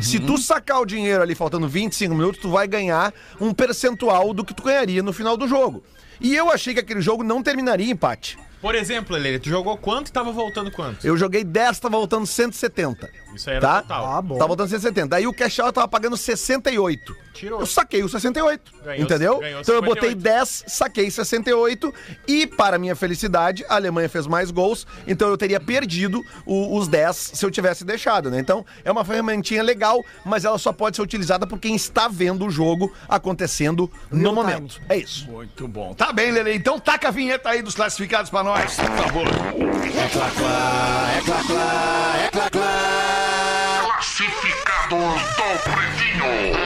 Se tu sacar o dinheiro ali faltando 25 minutos, tu vai ganhar um percentual do que tu ganharia no final do jogo. E eu achei que aquele jogo não terminaria em empate. Por exemplo, Lelê, tu jogou quanto e tava voltando quanto? Eu joguei 10, tá voltando 170. Isso aí era tá? total. Ah, bom. Tá voltando 170. Aí o cash out tava pagando 68. Tirou. Eu saquei o 68. Ganhou- entendeu? ganhou então eu 58. botei 10, saquei 68. E, para minha felicidade, a Alemanha fez mais gols. Então eu teria perdido o- os 10 se eu tivesse deixado, né? Então é uma ferramentinha legal, mas ela só pode ser utilizada por quem está vendo o jogo acontecendo no momento. É isso. Muito bom. Tá bem, Lelê. Então taca a vinheta aí dos classificados pra nós, por favor.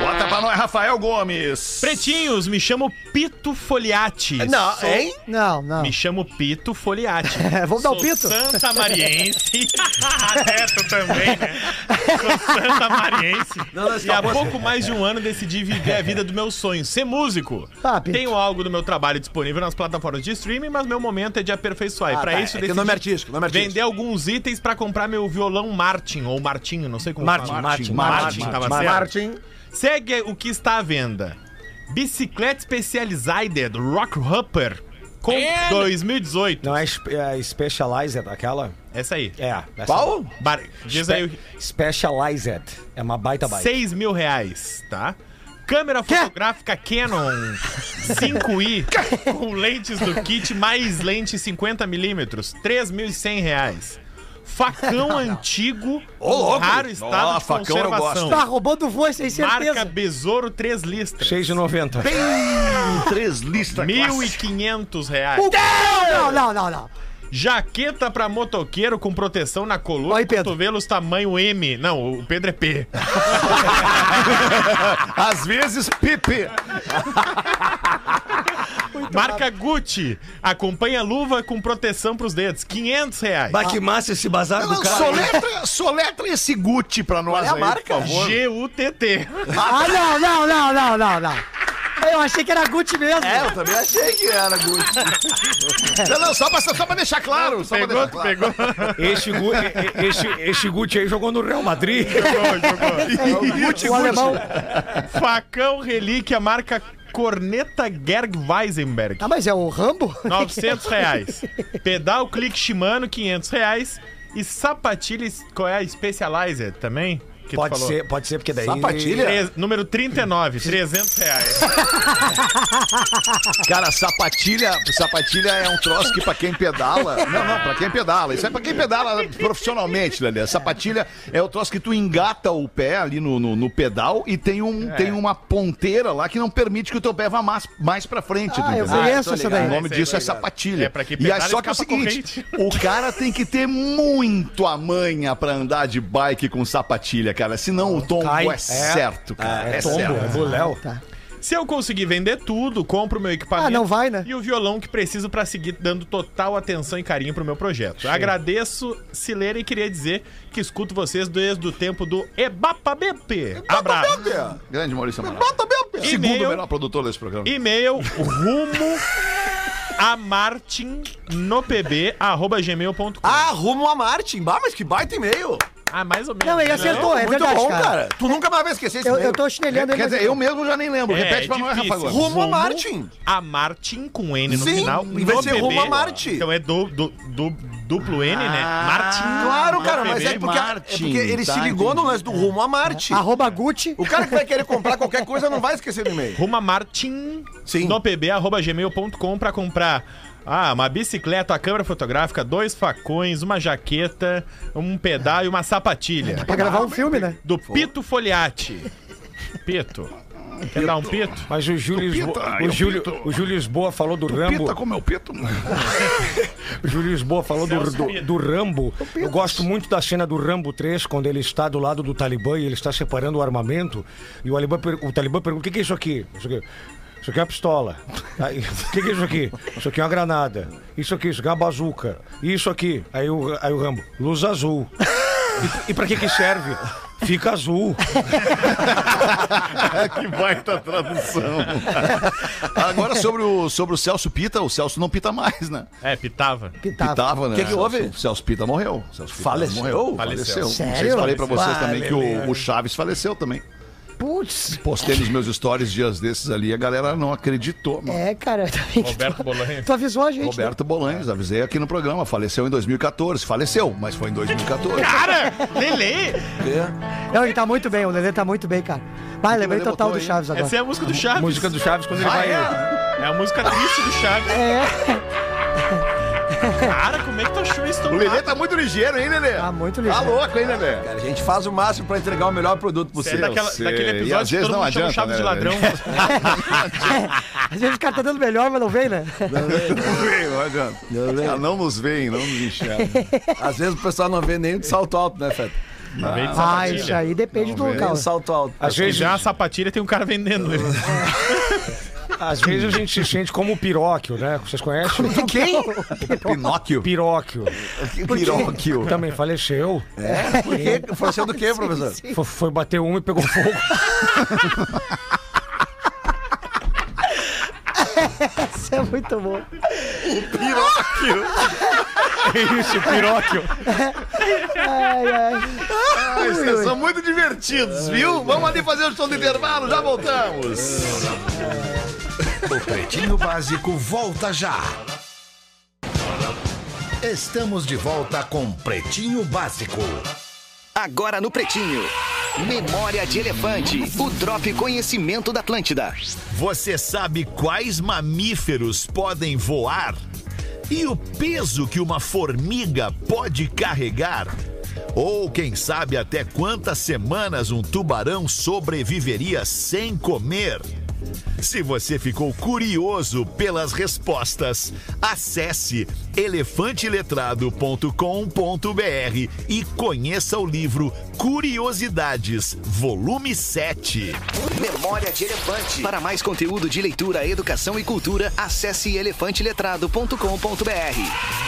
Bota pra nós, Rafael Gomes. Pretinhos, me chamo Pito Foliati. Não, Sou- hein? Não, é. não. É, Me chamo Pito Foliati. Vamos dar o Sou pito? Santa Mariense. é, tu também, né? Sou Santa Mariense. e há pouco mais de um ano decidi viver a vida do meu sonho, ser músico. Ah, Pito. Tenho algo do meu trabalho disponível nas plataformas de streaming, mas meu momento é de aperfeiçoar. e pra tá, isso é que o nome é artístico, o nome é artístico. vender alguns itens pra comprar meu violão Martin, ou Martinho, não sei como Martin, fala. Martin, Martin, Martin, tava certo. Segue o que está à venda. Bicicleta Specialized Rock Hopper com 2018. Não é, spe- é Specialized aquela? Essa aí. É. essa- Qual? Bar- Diz aí o- Spe- Specialized. É uma baita baita. 6 mil reais, tá? Câmera fotográfica Canon 5i com lentes do kit mais lente 50mm, 3.100 reais. Facão antigo, Ô, louco! raro estado Ó, de facão eu conservação. Tá, roubando voo, sem Marca certeza. Besouro 3 listras. 6,90. Três listas 1.500 reais. Uh. O- Não, não, não, não. Jaqueta pra motoqueiro com proteção na coluna, Oi, Pedro. cotovelos tamanho M. Não, o Pedro é P. Às vezes, Pepe. Marca Gucci, acompanha luva com proteção pros dedos, 500 reais. Bah, que massa esse bazar do cara. Soletra, soletra esse Gucci pra nós aí, por favor. GUTT. Ah, não, não, não, não, não, não. Eu achei que era Gucci mesmo. É, eu também achei que era Gucci. Não, não, só pra, só pra deixar claro. Só pra Pegou, deixar tu claro. pegou. Este, Gu- e- e- este, este Gucci aí jogou no Real Madrid. o alemão. Facão Relíquia, marca Corneta Gerg Weisenberg. Ah, mas é o Rambo? 900 reais. Pedal Clique Shimano, 500 reais. E sapatilha, qual é a Specialized também? Que tu Pode falou? ser, pode ser, porque daí. Três- número 39, 300 reais. Cara, sapatilha, sapatilha é um troço que pra quem pedala. Não, não, pra quem pedala. Isso é pra quem pedala profissionalmente, Lelê. Sapatilha é o troço que tu engata o pé ali no, no, no pedal e tem, um, É. tem uma ponteira lá que não permite que o teu pé vá mais, mais pra frente. tu Ah, eu entendeu? conheço essa O daí. nome Esse aí disso tá é ligado. sapatilha. É, pra quem e aí, pedala, só que é o escapa seguinte, o cara tem que ter muito a manha pra andar de bike com sapatilha, cara. Senão o tombo Cai. é, É. certo, cara. É, É tombo, é certo. buléu. Tá. Se eu conseguir vender tudo, compro meu equipamento. Ah, não vai, né? E o violão que preciso pra seguir dando total atenção e carinho pro meu projeto. Agradeço, Silene, e queria dizer que escuto vocês desde o tempo do Ebapa BP. Abraço. Grande Maurício Amaral. Segundo E-mail. melhor produtor desse programa. E-mail rumo a Martin no pb, arroba gmail.com. Ah, rumo a Martin. Bah, mas que baita e-mail. Ah, mais ou menos. Não, ele acertou, é Muito verdade, bom, cara. cara. Tu nunca mais vai esquecer esse Eu, eu e-mail. tô chinelhando ele. Quer mas- dizer, eu mesmo já nem lembro. É, Repete pra é nós, difícil. Rafa. Gomes. Rumo a Martin. A Martin com N no Sim, final. em no vez de ser rumo a Martin. Então é du- du- du- duplo N, né? Ah, Martin. Claro, no cara, mas PB. é porque, é porque ele Martin, se tá, ligou no lance do rumo a Marte. Arroba Gucci. O cara que vai querer comprar qualquer coisa não vai esquecer do e-mail. Ruma Martin Sim. no pb.gmail.com pra comprar ah, uma bicicleta, a câmera fotográfica, dois facões, uma jaqueta, um pedal e uma sapatilha. Pra gravar um filme, né? Do Pito Foliati. Pito. Quer dar um pito? Mas o Júlio Pita, Lisboa, eu o Júlio, pito. o Júlio Lisboa falou do Rambo. Pita como é o pito? O Júlio Lisboa falou do, do, do Rambo. Eu gosto muito da cena do Rambo 3, quando ele está do lado do Talibã e ele está separando o armamento. E o, Talibã per- o Talibã pergunta: o que, que é isso aqui? Isso aqui. Isso aqui é uma pistola. Aí, o que, que é isso aqui? Isso aqui é uma granada. Isso aqui, isso aqui é uma bazuca. E isso aqui. Aí o, aí o Rambo, luz azul. E, e pra que que serve? Fica azul. que baita tradução. Agora sobre o, sobre o Celso Pita, o Celso não pita mais, né? É, pitava. Pitava. Pitava, né? O Que que houve? O Celso Pita morreu. O Celso Pita Faleceu? Morreu. Faleceu. Faleceu. Sério? Não sei se falei pra vocês Vale, também que o, o Chaves faleceu também. Putz. Postei nos meus stories dias desses ali, a galera não acreditou, mano. É, cara. Também que Roberto tu- Bolanho. Tu avisou a gente. né? Roberto Bolanhos, avisei aqui no programa, faleceu em 2014. Faleceu, mas foi em 2014. Cara, Lele! Não, ele tá muito bem, o Lelê tá muito bem, cara. Vai, lembrei Lelê total botou do aí? Chaves agora. Essa é a música do Chaves. Música do Chaves É. quando ele vai. É a música triste do Chaves. Cara, como é que tu achou isso tão O Lelê rápido? tá muito ligeiro, hein, Lelê? Tá muito ligeiro. Tá louco, hein, Lelê? Cara, a gente faz o máximo pra entregar o melhor produto Você é possível. daquela, sei. daquele E episódio às que vezes todo não mundo chama o adianta, Chaves né, de ladrão. Às vezes o cara tá dando melhor, mas não vem, né? Não adianta. Ah, não nos veem, não nos enxergam. Às vezes o pessoal não vê nem o de salto alto, né, Feta? Vem de Ah, sapatilha. isso aí depende do Nem local. o né? salto alto. Às E vezes, já a sapatilha tem um cara vendendo ele. às vezes a gente se sente como o Piróquio, né? Vocês conhecem? Quem? Pinóquio. Piróquio. Piróquio. Também faleceu. Por quê? Faleceu do quê, professor? Foi, foi bater um e pegou fogo. Isso é muito bom. Isso, piróquio. Ai, ai. Ai, vocês são muito divertidos, viu? Vamos ali fazer o som do intervalo, já voltamos. O Pretinho Básico volta já. Estamos de volta com Pretinho Básico. Agora no Pretinho. Memória de Elefante, o Drop Conhecimento da Atlântida. Você sabe quais mamíferos podem voar? E o peso que uma formiga pode carregar? Ou quem sabe até quantas semanas um tubarão sobreviveria sem comer? Se você ficou curioso pelas respostas, acesse elefanteletrado.com.br e conheça o livro Curiosidades, volume 7. Memória de Elefante. Para mais conteúdo de leitura, educação e cultura, acesse elefanteletrado.com.br.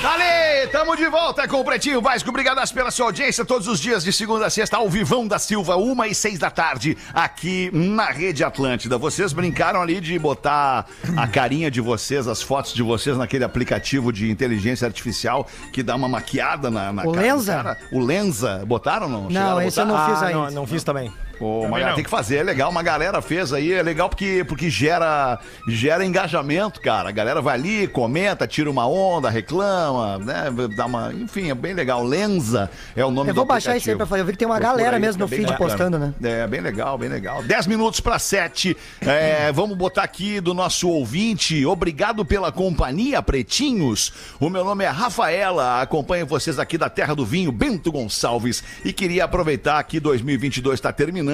Dale, tamo de volta com o Pretinho Vasco. Obrigadas pela sua audiência todos os dias de segunda a sexta ao Vivão da Silva, uma e seis da tarde, aqui na Rede Atlântida. Vocês brincaram ali de botar a carinha de vocês, as fotos de vocês naquele aplicativo de inteligência artificial que dá uma maquiada na, na O cara do Lenza? cara? O Lenza, botaram ou não? Chegaram Não, a esse eu botar? não fiz Ah, ainda. não, não fiz também. Pô, uma Também galera não. tem que fazer, é legal. Uma galera fez aí, é legal porque, porque gera, gera engajamento, cara. A galera vai ali, comenta, tira uma onda, reclama, né? Dá uma. Enfim, é bem legal. Lenza é o nome Eu vou do baixar aplicativo. isso aí pra fazer. Eu vi que tem uma Procura galera aí, fica mesmo no bem feed bacana. postando, né? É, bem legal, bem legal. 10 minutos para 7. vamos botar aqui do nosso ouvinte. Obrigado pela companhia, pretinhos. O meu nome é Rafaela. Acompanho vocês aqui da Terra do Vinho, Bento Gonçalves. E queria aproveitar que 2022 está tá terminando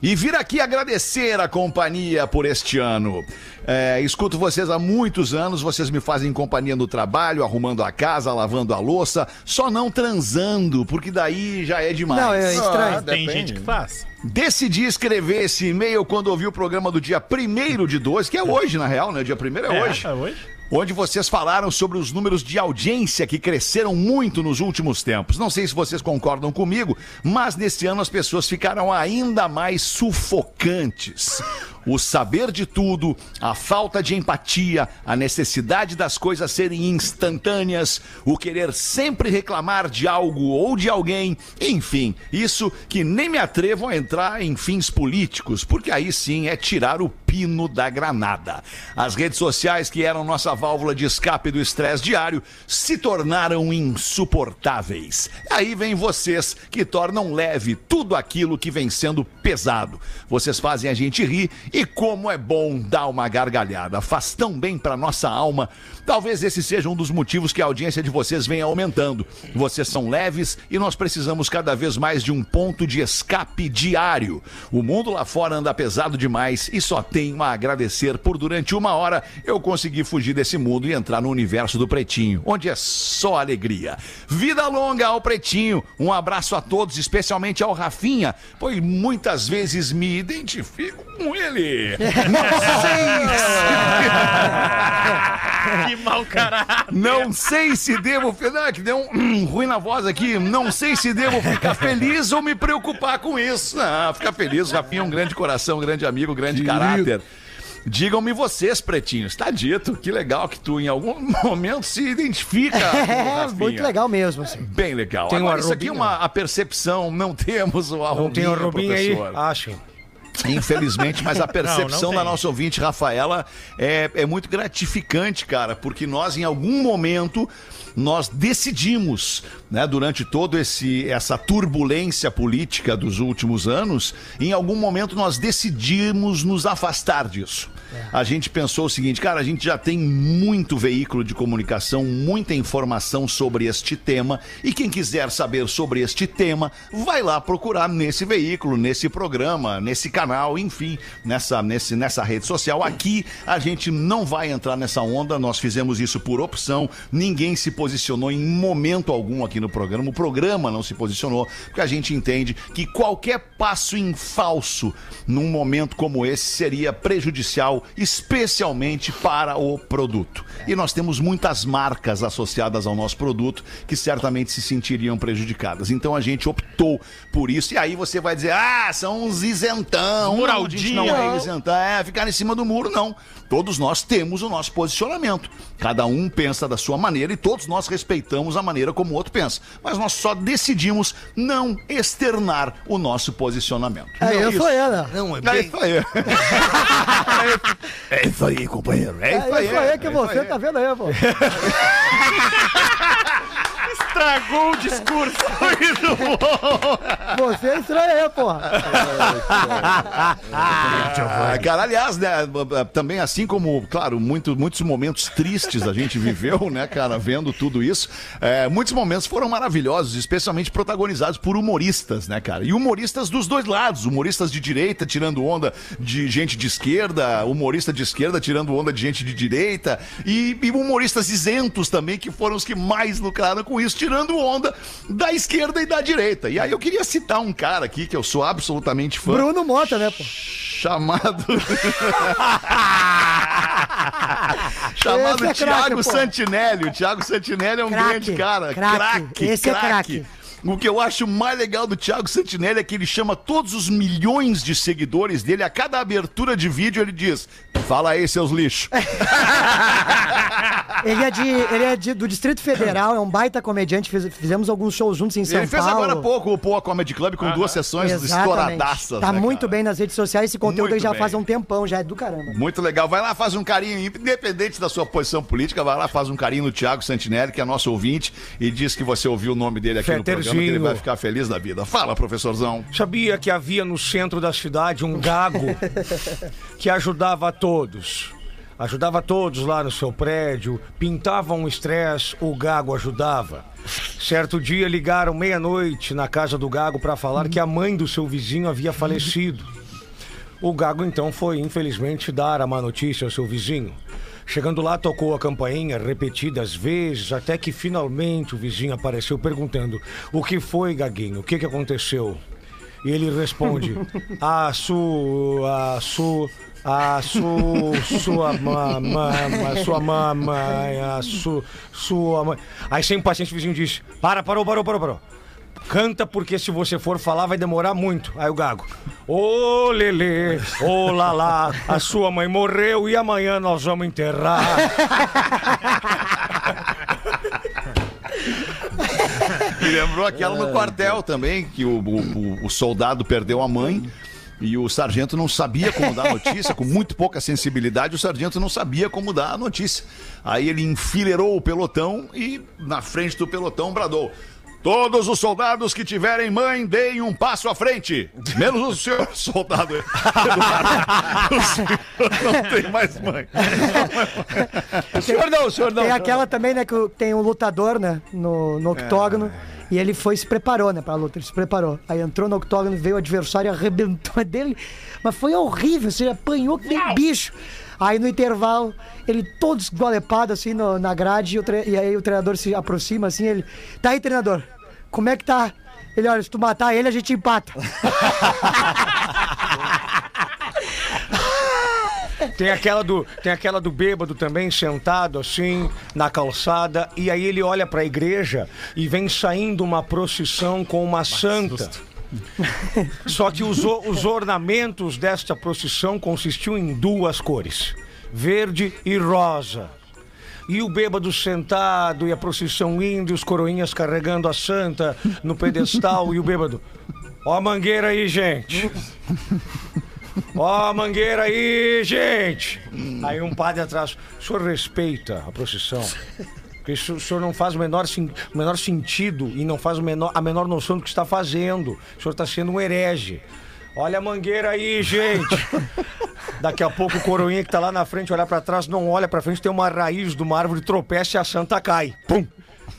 e vir aqui agradecer a companhia por este ano. É, escuto vocês há muitos anos. Vocês me fazem companhia no trabalho, arrumando a casa, lavando a louça. Só não transando, porque daí já é demais. Não, é estranho. Ah, Tem gente que faz. Decidi escrever esse e-mail quando ouvi o programa do dia 1 de 12, que é hoje, na real, né? Dia 1 é, hoje. É, hoje? Onde vocês falaram sobre os números de audiência que cresceram muito nos últimos tempos. Não sei se vocês concordam comigo, mas nesse ano as pessoas ficaram ainda mais sufocantes. O saber de tudo, a falta de empatia, a necessidade das coisas serem instantâneas, o querer sempre reclamar de algo ou de alguém, enfim, isso que nem me atrevo a entrar em fins políticos, porque aí sim é tirar o pino da granada. As redes sociais, que eram nossa válvula de escape do estresse diário, se tornaram insuportáveis. Aí vem vocês que tornam leve tudo aquilo que vem sendo pesado. Vocês fazem a gente rir e como é bom dar uma gargalhada. Faz tão bem para nossa alma. Talvez esse seja um dos motivos que a audiência de vocês venha aumentando. Vocês são leves e nós precisamos cada vez mais de um ponto de escape diário. O mundo lá fora anda pesado demais e só tenho a agradecer por durante uma hora eu conseguir fugir desse mundo e entrar no universo do Pretinho, onde é só alegria. Vida longa ao Pretinho. Um abraço a todos, especialmente ao Rafinha, pois muitas vezes me identifico com ele. Que mau caralho. Não sei se devo. fi- Ah, que deu um ruim na voz aqui. Não sei se devo ficar feliz ou me preocupar com isso. Ah, ficar feliz. O Rafinha é um grande coração, um grande amigo, um grande caráter. Digam-me vocês, pretinhos. Tá dito. Que legal que tu em algum momento se identifica. com o É, Rafinha. muito legal mesmo, assim. Bem legal. Tem o Agora, isso aqui é Arrobinho? uma a percepção. Não temos o arrobinho, Não tem o Robinho aí? Ah. professor. Achem. Infelizmente, mas a percepção Não, não da tem. nossa ouvinte, Rafaela, é, é muito gratificante, cara, porque nós, em algum momento, nós decidimos, né, durante todo esse essa turbulência política dos últimos anos, em algum momento nós decidimos nos afastar disso. A gente pensou o seguinte, cara, a gente já tem muito veículo de comunicação, muita informação sobre este tema, e quem quiser saber sobre este tema, vai lá procurar nesse veículo, nesse programa, nesse canal, enfim, né? nessa, nesse, nessa rede social. Aqui a gente não vai entrar nessa onda, nós fizemos isso por opção, ninguém se posicionou em momento algum aqui no programa, o programa não se posicionou, porque a gente entende que qualquer passo em falso num momento como esse seria prejudicial, especialmente para o produto. E nós temos muitas marcas associadas ao nosso produto que certamente se sentiriam prejudicadas. Então a gente optou por isso. E aí você vai dizer: ah, são uns isentão. Não, a gente não é isentão. É, ficar em cima do muro, não. Todos nós temos o nosso posicionamento. Cada um pensa da sua maneira e todos nós respeitamos a maneira como o outro pensa. Mas nós só decidimos não externar o nosso posicionamento. É, eu sou ela. Não, é É bem... isso aí. É isso aí, companheiro. É É isso aí. isso aí que você tá vendo aí, pô. Estragou o discurso. Muito bom. Você é estranhou, porra. Ah, cara, aliás, né, também assim como, claro, muito, muitos momentos tristes a gente viveu, né, cara, vendo tudo isso, é, muitos momentos foram maravilhosos, especialmente protagonizados por humoristas, né, cara, e humoristas dos dois lados, humoristas de direita tirando onda de gente de esquerda, humorista de esquerda tirando onda de gente de direita, e, e humoristas isentos também, que foram os que mais lucraram com isso, tirando onda da esquerda e da direita. E aí eu queria citar um cara aqui que eu sou absolutamente fã. Bruno Mota, né, pô? chamado. chamado Esse é craque, Thiago pô. Santinelli. O Thiago Santinelli é um Craque, grande cara. craque. Craque, Esse é craque. craque. O que eu acho mais legal do Thiago Santinelli é que ele chama todos os milhões de seguidores dele. A cada abertura de vídeo, ele diz: Fala aí, seus lixos. É, Ele é, de, ele é de- do Distrito Federal, é um baita comediante. fiz- fizemos alguns shows juntos em São ele fez Paulo. agora há pouco o Poa Comedy Club com duas sessões Exatamente. estouradaças. Tá né, muito cara? bem nas redes sociais. Esse conteúdo Muito aí já bem. faz há um tempão, já é do caramba. Muito legal. Vai lá, faz um carinho, independente da sua posição política, vai lá, faz um carinho no Thiago Santinelli, que é nosso ouvinte, e diz que você ouviu o nome dele aqui no programa, que ele Feterzinho. vai ficar feliz da vida. Fala, professorzão. Sabia que havia no centro da cidade um gago que ajudava a todos. Ajudava todos lá no seu prédio, pintava um estresse, o gago ajudava. Certo dia ligaram meia-noite na casa do gago para falar que a mãe do seu vizinho havia falecido. O gago então foi, infelizmente, dar a má notícia ao seu vizinho. Chegando lá, tocou a campainha repetidas vezes, até que finalmente o vizinho apareceu perguntando: O que foi, Gaguinho? O que, que aconteceu? E ele responde: A su. A su. A su. Sua mama. Sua mamãe. A su. Sua mãe. Aí sem paciente o vizinho diz: Para, parou, parou, parou, parou. Canta porque se você for falar vai demorar muito. Aí o gago. Ô Lelê, ô Lalá, a sua mãe morreu e amanhã nós vamos enterrar. Me lembrou aquela no quartel também, que o, o- o- o soldado perdeu a mãe. E o sargento não sabia como dar a notícia, com muito pouca sensibilidade, o sargento não sabia como dar a notícia. Aí ele enfileirou o pelotão e, na frente do pelotão, bradou: Todos os soldados que tiverem mãe, deem um passo à frente. Menos o senhor soldado. Eduardo. O senhor não tem mais mãe. O senhor não, o senhor não. É. Tem aquela também, né, que o- tem um lutador, né, no, no octógono. E ele foi, se preparou, né, pra luta, ele se preparou. Aí entrou no octógono, veio o adversário, arrebentou a dele. Mas foi horrível, assim, apanhou que nem bicho. Aí no intervalo, ele todo esgolepado, assim, no- na grade, e, o tre- e aí o treinador se aproxima, assim, ele... Tá aí, treinador, como é que tá? Ele, olha, se tu matar ele, a gente empata. Tem aquela do, tem aquela do bêbado também sentado assim na calçada e aí ele olha pra igreja e vem saindo uma procissão com uma santa. Só que os, o- os ornamentos desta procissão consistiam em duas cores: verde e rosa. E o bêbado sentado e a procissão indo, e os coroinhas carregando a santa no pedestal e o bêbado. Ó a mangueira aí, gente. Ó a mangueira aí, gente. Aí um padre atrás. O senhor respeita a procissão. Porque isso- o senhor não faz o menor, sen- o menor sentido e não faz o menor- a menor noção do que está fazendo. O senhor está sendo um herege. Olha a mangueira aí, gente. Daqui a pouco o coroinha que tá lá na frente olhar pra trás, não olha pra frente, tem uma raiz de uma árvore, tropeça e a santa cai. Pum!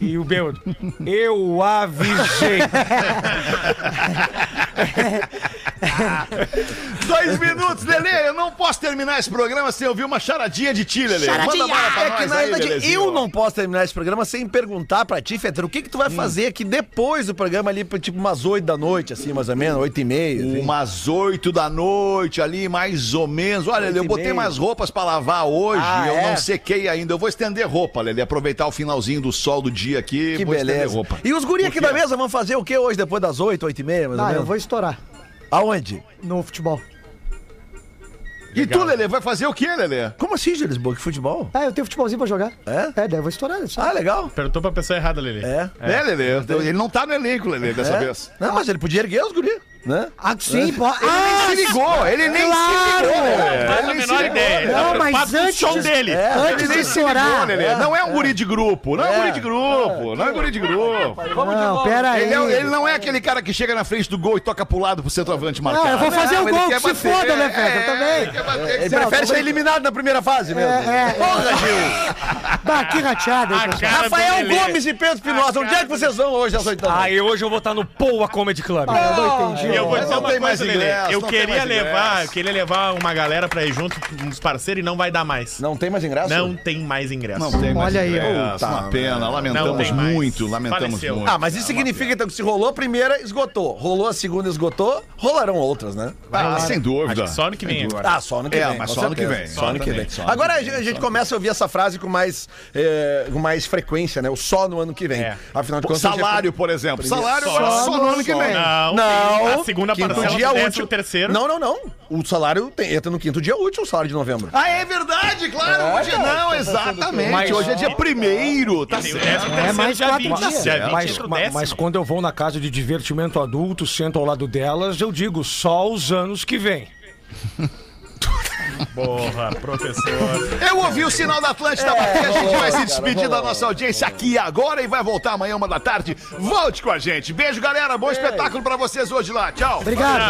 E o bêbado, eu avisei. Dois minutos, Lelê. Eu não posso terminar esse programa sem ouvir uma charadinha de ti, Lelê. Manda bola pra É que nós na aí, verdade Lelezinho. eu não posso terminar esse programa sem perguntar pra ti, Fetter, o que que tu Hum. vai fazer aqui depois do programa ali, tipo umas 8 da noite, assim, mais ou menos, 8 e meia. assim. Umas 8 da noite ali, mais ou menos. Olha, Lelê, eu e botei meia. mais roupas pra lavar hoje. Ah, eu é? não sequei ainda. Eu vou estender roupa, Lelê. Aproveitar o finalzinho do sol do dia aqui. Que vou estender beleza. roupa. E os guri aqui Por quê? da mesa vão fazer o que hoje, depois das 8, 8 e meia, mais ou Ah, eu menos? vou estourar Aonde? no futebol. E tu, Lelê, vai fazer o quê, Lelê? Como assim, Lisboa? Que futebol? Ah, eu tenho futebolzinho pra jogar. É? É, daí eu vou estourar, sabe? Ah, legal. Perguntou pra pessoa errada, Lili. É. É, Lelê. Ele não tá no elenco, Lelê, dessa É? vez. Não, mas ele podia erguer os guri, né? Ah, sim, pô. Ele nem se ligou, ele nem se ah, Claro! Faz a menor ideia. Não, mas Faz o antes som de, É, dele. antes de estourar... Não é um guri de grupo, não é um guri de grupo, não é um guri de grupo. Não, pera aí. Ele, é- ele não é aquele cara que chega na frente do gol e toca pro lado pro centroavante marcar. Não, eu vou fazer o ele gol, quer que se bater. foda, né, É, Pedro? ele quer Também. bater. Ele Não, prefere também- ser eliminado na primeira fase É, mesmo. é. Porra, Gil! Bah, que rateada, hein, pessoal? Rafael Gomes e Pedro Espinosa, onde é que vocês vão hoje às oito da noite? Aí hoje eu vou estar no Poa Comedy Club. Ah, eu não entendi. E eu vou dizer Não uma tem mais coisa, Lelê. ingresso, não Eu tem queria mais levar, ingresso. eu queria levar uma galera pra ir junto, uns parceiros, e não vai dar mais. Não tem mais ingresso? Não tem mais ingresso. Não tem mais Olha aí, ingresso, uma pena, Não lamentamos tem mais. muito, lamentamos Faleceu. muito. Ah, mas isso significa então que se rolou a primeira, esgotou. Rolou a segunda, esgotou. Rolarão outras, né? Ah, sem dúvida. Acho que só ano que vem. Sem dúvida. Ah, só no que É, vem. mas com só ano que certeza. vem, Só ano que vem. exatamente, só ano que Agora a vem, gente- a só gente ano começa a ouvir essa frase com mais, eh, com mais frequência, né? O só no ano que vem. É. Afinal de Pô, contas. Salário, por exemplo. Salário Só só, só no ano que vem. Não, Não, A segunda quinto parcela dia do décimo útil. terceiro. Não, não, não. O salário tem- entra no quinto dia útil, o salário de novembro. Ah, é verdade, claro. hoje não, exatamente. Mas- hoje é dia primeiro, tá Tem o certo. décimo É, terceiro, mais dia quatro 20. dias. Dia 20 Mas, entra o ma- décimo. mas quando eu vou na casa de divertimento adulto, sento ao lado delas, eu digo só os anos que vem. Porra, professor. Eu ouvi o sinal da Atlântida bater. A gente vai se despedir da nossa audiência aqui agora e vai voltar amanhã, uma da tarde. Volte com a gente. Beijo, galera. Bom espetáculo pra vocês hoje lá. Tchau. Obrigado.